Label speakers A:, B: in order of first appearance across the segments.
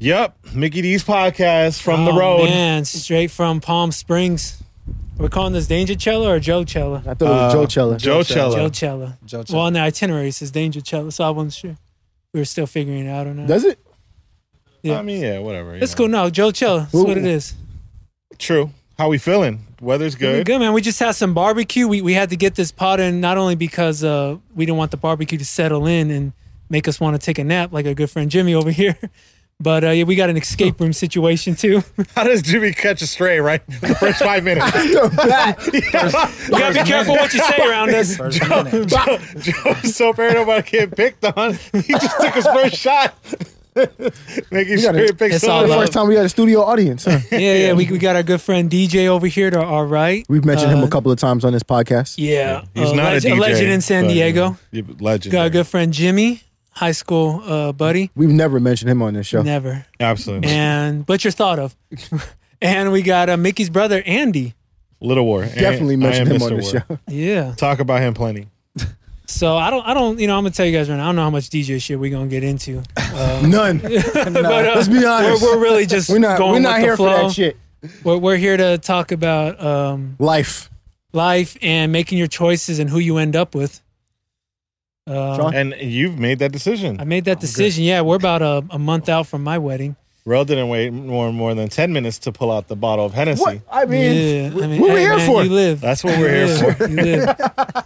A: Yep, Mickey D's podcast from the
B: Oh,
A: road.
B: Man, straight from Palm Springs. We're calling this Danger Cella or Joe Cella?
C: I thought it was
A: Uh,
C: Joe Cella.
A: Joe
B: Joe
A: Cella.
B: Cella.
D: Joe Cella.
B: Well, on the itinerary it says Danger Cella, so I wasn't sure. We were still figuring it out or not.
C: Does it?
B: Yeah.
A: I mean, yeah, whatever. you
B: It's
A: know.
B: cool. No, Joe Cella. That's
C: Ooh.
B: what it is.
A: True. How we feeling? Weather's
B: We're
A: good.
B: Good man. We just had some barbecue. We we had to get this pot in not only because uh, we didn't want the barbecue to settle in and make us want to take a nap like our good friend Jimmy over here, but uh, yeah, we got an escape room situation too.
A: How does Jimmy catch a stray, right? The first five minutes.
B: you gotta be careful what you say around us.
D: First minute.
A: Joe, Joe was so paranoid about getting picked on. He just took his first shot. Making
C: gotta-
A: sure he picks
B: It's all
A: someone
C: The
B: love.
A: up.
C: first time we had a studio audience. Huh?
B: Yeah, yeah. We, we got our good friend DJ over here to our right.
C: We've mentioned him
B: Uh,
C: a couple of times on this podcast.
B: Yeah,
A: He's
B: uh,
A: not
B: leg-
A: a DJ.
B: legend in San
A: but, you
B: Diego.
A: know, yeah, but legend.
B: Got a good friend Jimmy, high school uh, buddy.
C: We've never mentioned him on this show.
B: Never.
A: Absolutely.
B: And but you're thought of. and we got uh, Mickey's brother Andy.
A: Little War.
C: Definitely
A: And I am
C: mentioned him
A: Mr.
C: on this
A: War.
C: show.
B: Yeah.
A: Talk about him plenty.
B: So I don't, I don't, you know, I'm gonna tell you guys right now. I don't know how much DJ shit we gonna get into.
C: None. Let's be
B: uh, We're,
C: honest.
B: we're really just
C: We're not.
B: going
C: We're not
B: with
C: here
B: the
C: for
B: flow.
C: that shit.
B: We're, we're here to talk about um,
C: Life.
B: life and making your choices and who you end up with. Uh,
C: Sean?
A: And you've made that decision.
B: I made that decision. Yeah, we're about a, a month out from my wedding.
A: Rel didn't wait more more than ten minutes to pull out the bottle of Hennessy.
C: What? I mean,
B: Yeah,
C: we
B: I mean,
C: what we
B: hey,
C: here
B: man,
C: for?
B: You live.
A: That's what we're
B: You
A: here
B: live. You live.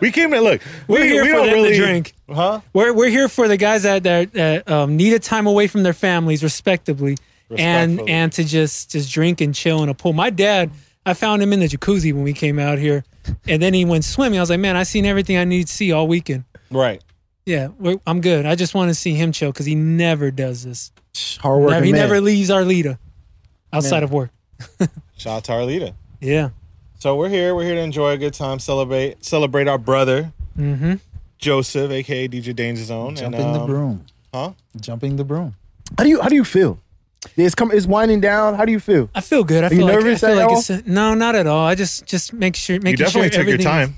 A: We came to look.
B: We're
A: we,
B: here
A: we
B: for
A: don't
B: them
A: really
B: to drink.
A: huh?
B: We're we're here for the guys that that, that um, need a time away from their families, respectably, and
A: Respectfully.
B: and to just just drink and chill in a pool. My dad, I found him in the jacuzzi when we came out here, and then he went swimming. I was like, man, I seen everything I need to see all weekend.
A: Right.
B: Yeah, we're, I'm good. I just want to see him chill because he never does this.
C: Hard working
B: Never, he
C: man.
B: never leaves our leader outside of work.
A: Shout out to Arlita.
B: Yeah,
A: So we're here. We're here to enjoy a good time, celebrate celebrate our brother
B: mm-hmm.
A: Joseph, aka DJ Danger Zone.
D: Jumping
A: and,
D: the
A: um,
D: broom.
A: Huh?
D: Jumping the broom.
C: How do you How do you feel? It's come. It's winding down. How do you feel?
B: I feel good. I
C: you
B: feel like,
C: nervous
B: I feel
C: at
B: like
C: all?
B: It's, no, not at all. I just just make sure.
A: You
B: Making
A: definitely
B: sure
A: took your
B: everything-
A: time.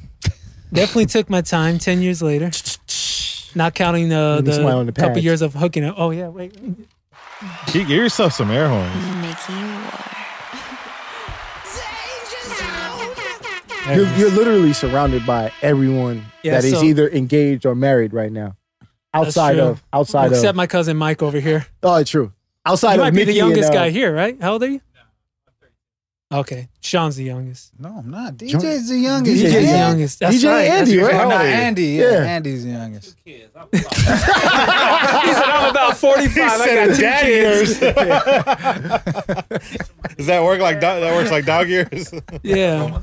B: Definitely took my time. Ten years later, not counting the
C: Let me
B: the,
C: smile on the
B: couple
C: pad.
B: years of hooking up. Oh yeah, wait.
A: Get get yourself some air horns.
E: Mickey War.
C: You're, you're literally surrounded by everyone
B: Yeah,
C: that is
B: so-
C: either engaged or married right now. Outside
B: true.
C: of outside
B: Except
C: of
B: my cousin Mike over here.
C: oh, true. Outside
B: You
C: of
B: might be
C: Mickey
B: the youngest
C: and, uh,
B: guy here, right? How old are you? Okay, Sean's the youngest.
D: No, I'm not. DJ's the youngest.
C: DJ's
D: Yeah.
C: the
B: DJ's
C: E Yeah.
B: the youngest. That's
C: DJ
B: right.
C: Andy,
B: That's
C: right?
D: Oh,
A: How
D: no,
A: old are you?
D: Andy. Yeah,
C: Yeah.
D: Andy's the youngest.
B: right. He said I'm about 45.
A: He
B: I
A: said
B: got two
A: dad years.
B: kids.
A: Does that work like dog, that works like dog years?
B: Yeah,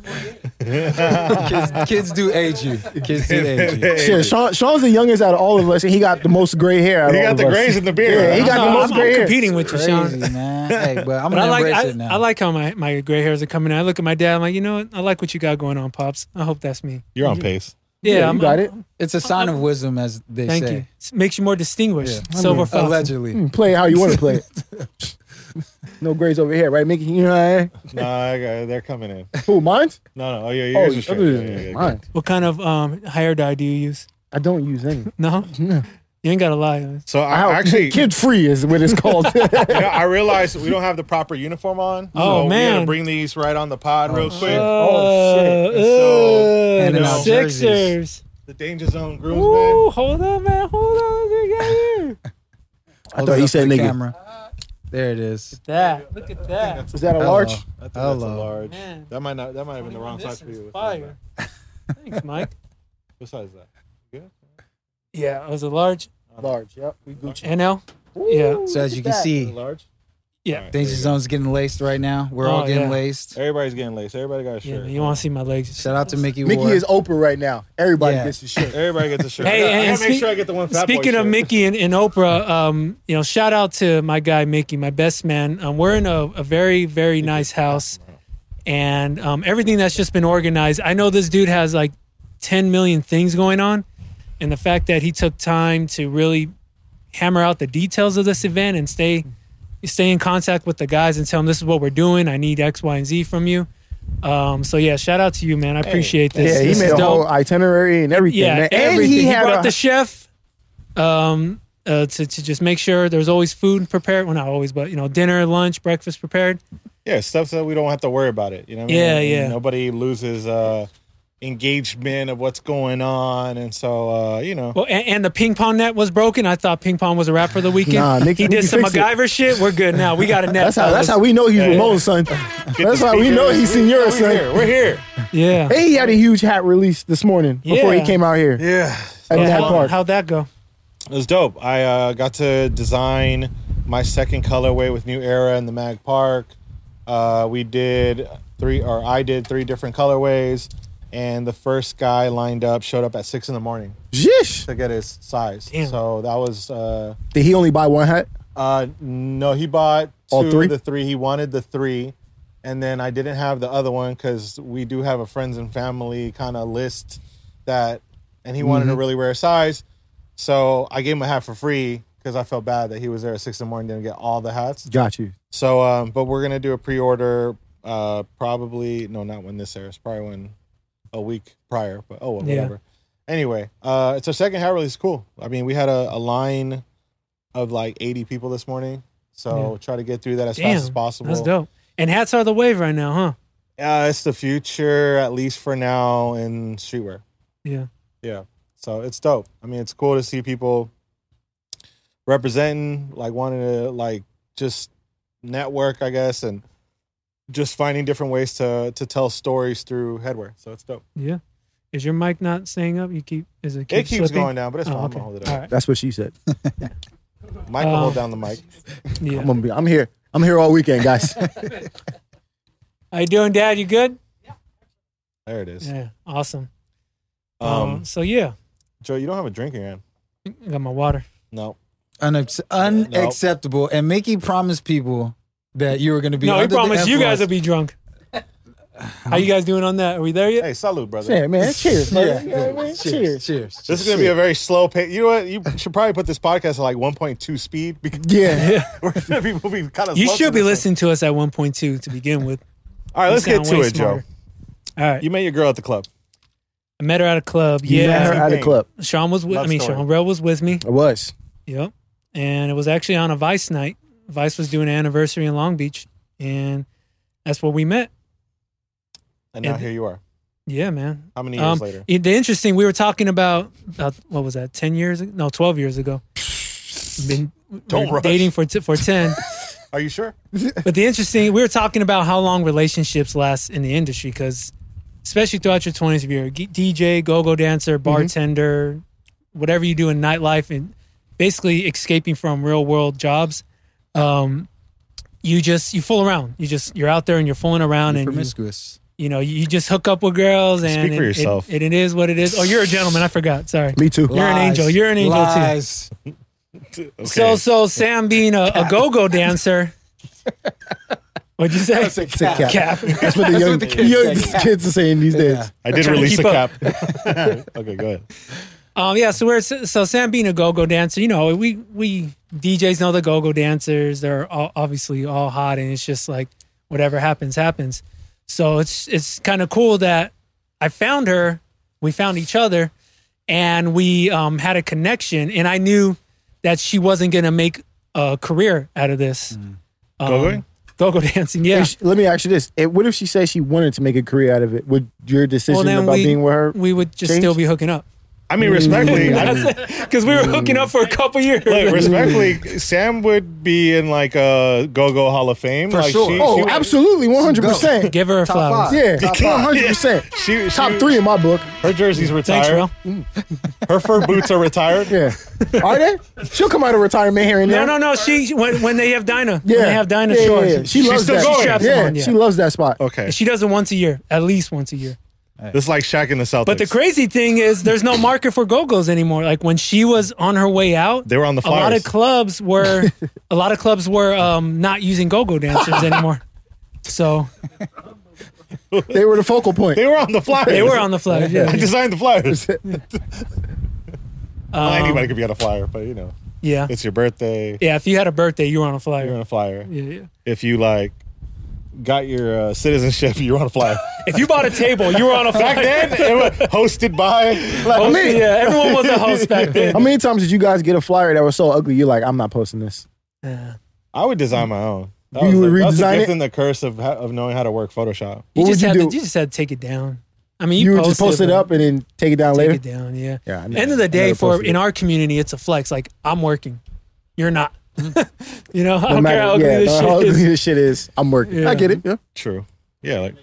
D: kids, kids do age you. Kids do age you.
C: Shit, Sean, Sean's the youngest out of all of us, and he got the most gray hair. Out of
A: He
C: all
A: got
C: of
A: the
C: us.
A: grays and the beard.
C: Yeah, he got
B: no,
C: the
B: I'm,
C: most
B: I'm
C: gray hair.
B: competing with you, Sean.
D: Crazy, man. Hey, but I'm
B: But
D: gonna
B: I like
D: embrace
B: I,
D: it now.
B: I like how my, my gray hairs are coming out. I look at my dad. I'm like, you know what? I like what you got going on, pops. I hope that's me.
A: You're on pace.
B: Yeah,
C: Yeah,
B: I'm,
C: you got it.
D: it's a sign of wisdom, as they
B: Thank
D: say.
B: you. S- Makes you more distinguished.
D: Yeah.
B: Silver fox.
D: Allegedly.
C: You Play it how you want to play it. no grays over here, right, Mickey? You know what I mean?
A: No, I got- they're coming in.
C: Who, mine?
A: No, no. Oh yeah, you
C: Oh,
A: guys are straight. Yeah, yeah, yeah,
C: mine.
B: What kind of um, hair dye do you use?
C: I don't use any.
B: No,
C: No.
B: you ain't gotta lie.
A: So I,
C: How-
A: actually,
C: kid free is what it's called.
A: you know, I realized we don't have the proper uniform on.
B: Oh,
A: so we had to
B: man. Oh,
A: bring these right on the pod real quick.
C: Oh,
A: shit. So,
B: uh,
D: handing
B: the
A: out
B: Sixers.
A: The danger zone
B: Ooh,
A: groomsman.
B: hold up, man. Hold on. Look at that.
C: I thought he said nigga.
D: There it is. Uh,
B: That. Look at that.
C: Is that a large?
A: I think that's a
D: Hello.
A: large.
B: Man.
A: That might not. That might have been the wrong size
B: This
A: for you.
B: is fire. Thanks, Mike.
A: Besides that,
B: Yeah, it was a large
C: Large. Yep. We Gucci.
B: NL. Yeah.
D: So as you can see,
A: large.
B: Yeah.
A: Alright,
D: Danger
A: there you
D: Zone's getting laced right now. We're all
B: Oh,
D: getting
B: yeah.
D: laced.
A: go. Everybody's getting laced. Everybody got a
B: Yeah,
A: shirt.
B: man, you want to see my legs?
D: Shout out to Mickey Ward.
C: Mickey is Oprah right now. Everybody
D: Yeah.
C: gets his shit.
A: Everybody gets a shirt. I
B: Hey,
A: gotta- I
B: and
A: gotta make
B: speak-
A: sure I get the one. Fat Boy
B: Speaking of
A: shirt.
B: Mickey and, and Oprah, um, you know, shout out to my guy Mickey, my best man. Um, we're in a, a very, very nice house, and um, everything that's just been organized. I know this dude has like 10 million things going on, and the fact that he took time to really hammer out the details of this event and stay stay in contact with the guys and tell them this is what we're doing. I need X, Y, and Z from you. Um, so yeah, shout out to you, man. I appreciate this.
C: Yeah, he
B: This is
C: made a
B: dope.
C: whole itinerary and everything.
B: Yeah,
C: man.
B: everything.
C: And
B: he,
C: he had
B: brought
C: a,
B: the chef. Um, uh, to to just make sure there's always food prepared. Well, not always, but you know, dinner, lunch, breakfast prepared.
A: Yeah, stuff so we don't have to worry about it. You know, what I mean?
B: Yeah,
A: And
B: yeah.
A: Nobody loses uh, engagement of what's going on, and so uh, you know,
B: Well, and, and the ping pong net was broken. I thought ping pong was a wrap for the weekend.
C: Nah, Nick-
B: he
C: Nick,
B: did
C: you
B: some
C: fix it.
B: MacGyver shit. We're good now. We got a net.
C: That's how. That's how we know he's
A: Yeah, yeah.
C: Ramon's son.
A: Get
C: That's
A: the
C: how we know
A: speakers.
C: he's
A: We-
C: Senora,
A: we're
C: son.
A: Here. We're here.
B: Yeah.
C: Hey, he had a huge hat release this morning before
B: Yeah.
C: he came out here
A: Yeah,
C: at
B: Yeah,
C: that
B: how,
C: park.
B: How'd that go?
A: it was dope. I uh, got to design my second colorway with New Era in the Mag Park. Uh, we did three, or I did three different colorways, and the first guy lined up showed up at six in the morning
C: Zhish.
A: to get his size.
B: Damn.
A: So that was. Uh,
C: Did he only buy one hat?
A: Uh, no, he bought two,
C: All three?
A: the three. He wanted the three, and then I didn't have the other one because we do have a friends and family kind of list that, and he wanted
C: Mm-hmm.
A: a really rare size, so I gave him a hat for free because I felt bad that he was there at six in the morning didn't get all the hats.
C: Got you.
A: So, um, but we're gonna do a pre-order, uh, probably no, not when this airs, probably when a week prior. But oh, well,
B: Yeah.
A: whatever. Anyway, uh, it's our second hat release. Cool. I mean, we had a, a line of like 80 people this morning, so try to get through that as
B: Damn.
A: fast as possible.
B: That's dope. And hats are the wave right now, huh?
A: Uh, it's the future, at least for now, in streetwear.
B: Yeah.
A: Yeah. So it's dope. I mean, it's cool to see people representing, like wanting to like just network, I guess, and just finding different ways to to tell stories through headwear. So it's dope.
B: Yeah. Is your mic not staying up? You keep is it keep
A: It keeps
B: slipping?
A: going down, but it's fine.
B: Oh,
A: I'm
B: okay.
A: gonna hold it
B: All
A: up.
B: right.
C: That's what she said.
A: Mike will
B: Um,
A: hold down the mic.
B: Yeah.
C: I'm gonna be. I'm here. I'm here all weekend, guys.
B: How you doing, Dad? You good?
A: There it is.
B: Yeah. Awesome. Um,
A: Um,
B: so yeah,
A: Joe, you don't have a drink in your hand.
B: got my water.
A: No.
D: Unac- unacceptable. And Mickey promised people that you were going to be.
B: no, he
D: under the
B: promised you guys
D: influence.
B: will be drunk. How you guys doing on that? Are we there yet?
A: Hey, salute, brother.
C: yeah, man. Cheers.
D: Yeah.
C: Man. Yeah, man.
D: Cheers.
C: Cheers.
D: Cheers.
A: This is gonna be a very slow pace. You know what? You should probably put this podcast at like 1.2 speed because
C: Yeah.
A: we're gonna be, we'll be kind of.
B: You should be listening to us at 1.2 to begin with.
A: All right,
B: You
A: let's get
B: sound
A: to
B: way
A: it,
B: smarter.
A: Joe.
B: All right.
A: You met your girl at the club.
B: I met her at a club.
C: You
B: yeah.
C: met her at a
A: Everything.
C: club.
B: Sean was with
A: Love
B: I mean,
A: story.
B: Sean Rell was with me.
C: I was.
B: Yep. And it was actually on a Vice night. Vice was doing an anniversary in Long Beach. And that's where we met.
A: And now
B: And-
A: here you are.
B: Yeah, man.
A: How many years
B: Um,
A: later?
B: it- the interesting, we were talking about, uh, what was that, 10 years? ag- No, 12 years ago. Been
A: Don't
B: we're
A: rush.
B: dating for, t- for 10.
A: Are you sure?
B: but the interesting, we were talking about how long relationships last in the industry because, especially throughout your 20s, if you're a g- DJ, go go
A: Mm-hmm.
B: dancer, bartender, whatever you do in nightlife and basically escaping from real world jobs, um, you just, you fool around. You just, you're out there and you're fooling around and, you,
D: promiscuous.
B: you know, you just hook up with girls and
A: Speak for
B: it- it-
A: yourself.
B: it- it is what it is. Oh, you're a gentleman. I forgot. Sorry.
C: Me too.
B: You're an angel. You're an angel too.
D: Lies. too.
B: So, so Sam being a, a go go dancer. What'd you say?
D: That's a
C: It's a
D: cap.
C: cap.
B: Cap.
C: That's what the young,
D: what the kids
C: young
D: say.
C: kids are saying these days.
D: Yeah.
A: I did
B: trying to
A: release a
B: keep
A: cap.
B: up.
A: okay, go ahead.
B: Um, yeah, so we're so Sam being a go-go dancer, you know, we we DJs know the go-go dancers. They're all, obviously all hot, and it's just like whatever happens, happens. So it's it's kind of cool that I found her. We found each other, and we um, had a connection. And I knew that she wasn't gonna make a career out of this. Um,
A: Go-going?
B: go-go dancing, yeah.
C: If she- Let me ask you this: If- What if she says she wanted to make a career out of it? Would your decision
B: then
C: about
B: we-
C: being with her?
B: We would just
C: Change?
B: still be hooking up
A: I mean, respectfully, I,
B: because we were hooking up for a couple years.
A: look, respectfully, Sam would be in like a Go Go Hall of Fame.
D: For
A: like,
D: sure.
C: oh, absolutely, one hundred percent.
B: Give her a
D: Top
B: flowers.
D: five.
C: Yeah,
D: Top
C: one
D: five.
C: hundred percent.
A: She, she,
C: Top three in my book.
A: Her jersey's
B: Thanks,
A: retired.
B: bro.
A: Her fur boots are retired.
C: Yeah, are they? She'll come out of retirement here and
B: No,
C: there.
B: no, no. She when when they have Dinah.
C: Yeah,
B: When they have Dinah.
C: yeah, yeah,
B: sure.
C: yeah. She
A: She's
C: loves
A: still
C: that.
A: going.
C: Yeah,
B: Straps them on, yeah.
C: she loves that spot.
A: Okay,
B: She does it once a year, at least once a year.
A: this is like Shaq in the Celtics.
B: But the crazy thing is, there's no market for go-go's anymore. Like when she was on her way out,
A: they were on the
B: a lot
A: flyers.
B: of clubs were a lot of clubs were um, not using go-go dancers anymore. So
C: They were the focal point.
A: they were on the flyers.
B: they were on the flag. Yeah,
A: I designed the flyers. Well,
B: Um,
A: anybody could be on a flyer, but you know,
B: yeah,
A: it's your birthday.
B: yeah. If you had a birthday, you were on a
A: You're
B: flyer.
A: on a flyer.
B: Yeah, yeah.
A: If you like got your uh, citizenship, you were on a flyer.
E: If you bought a table, you were on a
A: Back
E: flight.
A: then, it was hosted by like,
B: Yeah, everyone was a host back then.
C: How many times did you guys get a flyer that was so ugly? You're like, I'm not posting this.
A: I would design my own. That
C: You
A: was
C: would
A: like- that's the
C: redesign
A: gift
C: it?
A: and the curse of ha- of knowing how to work Photoshop.
B: You just
C: What would you
B: had to,
C: do?
B: you just had to take it down. I mean,
C: You,
B: you,
C: would just post it
B: but
C: up and then take it down
B: Take
C: later.
B: it down, yeah.
C: Yeah. I never-
B: End of the
C: I
B: day,
C: never
B: for
C: posted
B: in
C: it.
B: our community, it's a flex. Like I'm working, you're not. you know, I
C: No
B: don't
C: matter-
B: care how ugly
C: yeah,
B: this
C: no, how
B: shit
C: ugly
B: is.
C: this shit is. I'm working.
B: Yeah.
C: I get it. Yeah.
A: True. Yeah. Like.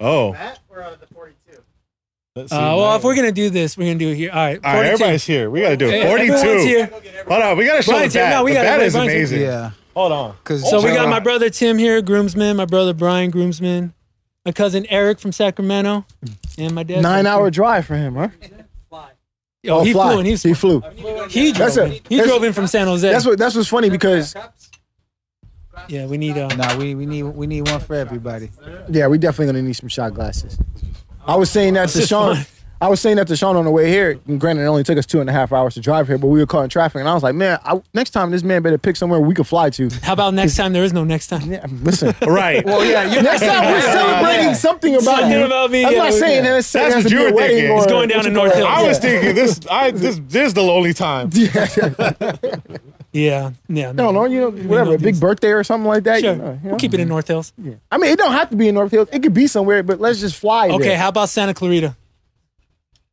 A: Oh. Let's see,
B: Uh, well,
A: now-
B: if we're gonna do this, we're gonna do it here. All right,
A: All right,
B: 42.
A: everybody's here. We gotta do
B: Hey,
A: it.
B: everyone's
A: Forty-two.
B: here.
A: Hold on, we gotta show
B: Brian's
A: the
B: here.
A: bat.
B: No, we
A: the
B: gotta-
A: bat
B: wait,
A: is
B: Brian's here.
A: amazing.
D: Yeah.
A: Hold on.
D: Because
B: So we got my brother Tim here, groomsman. My brother Brian, groomsman. My cousin Eric from Sacramento, and my dad.
C: Nine hour drive for him, huh?
B: Oh, he
C: fly.
B: flew in. He, was,
C: he flew.
B: he drove.
C: That's a-
B: in. He
C: that's-
B: drove in from San Jose.
C: That's what. That's what's funny because
B: yeah, we need. Um,
D: Nah, we, we need we need one for everybody.
C: yeah, we definitely gonna need some shot glasses. I was saying that to Sean. I was saying that to Sean on the way here. And granted, it only took us two and a half hours to drive here, but we were caught in traffic, and I was like, man, I, next time this man better pick somewhere we can fly to.
B: how about next time? There is no next time.
C: Yeah, listen.
A: Right.
B: Oh,
D: Well, yeah, you
C: Next time we're celebrating something about
B: Something
C: you.
B: about me,
C: I'm
B: yeah,
C: not
B: we-
C: saying that it's,
A: That's
C: it has
A: what
C: to
A: you
C: be a
A: were
C: wedding
A: thinking.
C: Or,
A: It's
B: going down to North Hills.
A: I was thinking this. I this this is the only time.
B: Yeah, yeah.
C: No, no, you know, whatever,
B: know
C: a big
B: these.
C: birthday or something like that.
B: Sure.
C: You know, you know?
B: We'll keep it in North Hills.
C: I mean, it don't have to be in North Hills. It could be somewhere, but let's just fly.
B: Okay,
C: there.
B: how about Santa Clarita?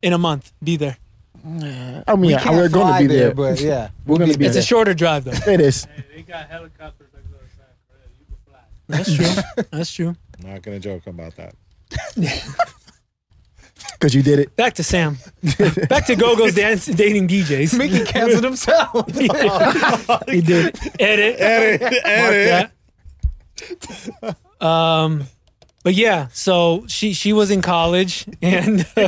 B: In a month, be there.
C: I mean,
D: We
C: yeah,
D: can't
C: we're going to
D: fly
C: be there.
D: but yeah,
C: we're going to be
B: It's
C: there.
B: a shorter drive though.
C: it is.
B: That's true. That's true.
A: I'm not gonna joke about that.
C: Because you did it.
B: Back to Sam. Back to Gogo's dance dating DJs.
D: Mickey canceled himself.
B: he did. Edit.
A: Edit, edit.
B: Mark that. Um, but yeah, so she she was in college and.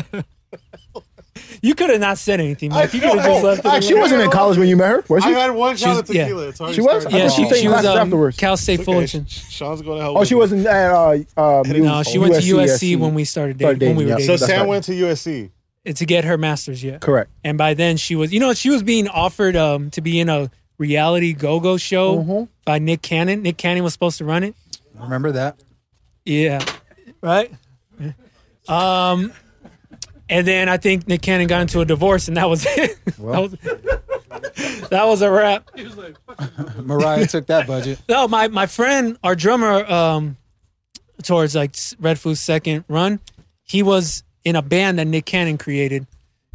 B: You could have not said anything, Mike. You could have just left. it
C: Ah, She
B: alone.
D: oh.
C: wasn't in college when you met her, was
A: I
C: she?
A: had one shot of
B: She's- yeah.
A: tequila. It's already
C: She was?
A: started.
C: I
B: Yeah,
C: thought she
B: she,
C: was taking
B: she was
C: classes
B: um,
C: afterwards.
B: Cal State
A: Okay,
B: Fullerton.
A: Sh- Sean's going to help.
C: Oh,
A: with
C: she
A: it.
C: wasn't at. Uh, uh,
B: No, she went to USC when we started dating.
C: Started
B: when we were
C: dating, yeah.
A: So
B: dating.
C: that's
A: Sam
C: right.
A: went to USC.
B: to get her master's yet.
C: Correct.
B: And by then she was, you know, she was being offered um, to be in a reality go-go show
C: Mhm.
B: by Nick Cannon. Nick Cannon was supposed to run it.
D: Remember that?
B: Yeah. Right? Um and then I think Nick Cannon got into a divorce and that was it. that, was, that was a wrap.
D: Mariah took that budget.
B: No, my my friend, our drummer, um, towards like s- Red Food's second run, he was in a band that Nick Cannon created,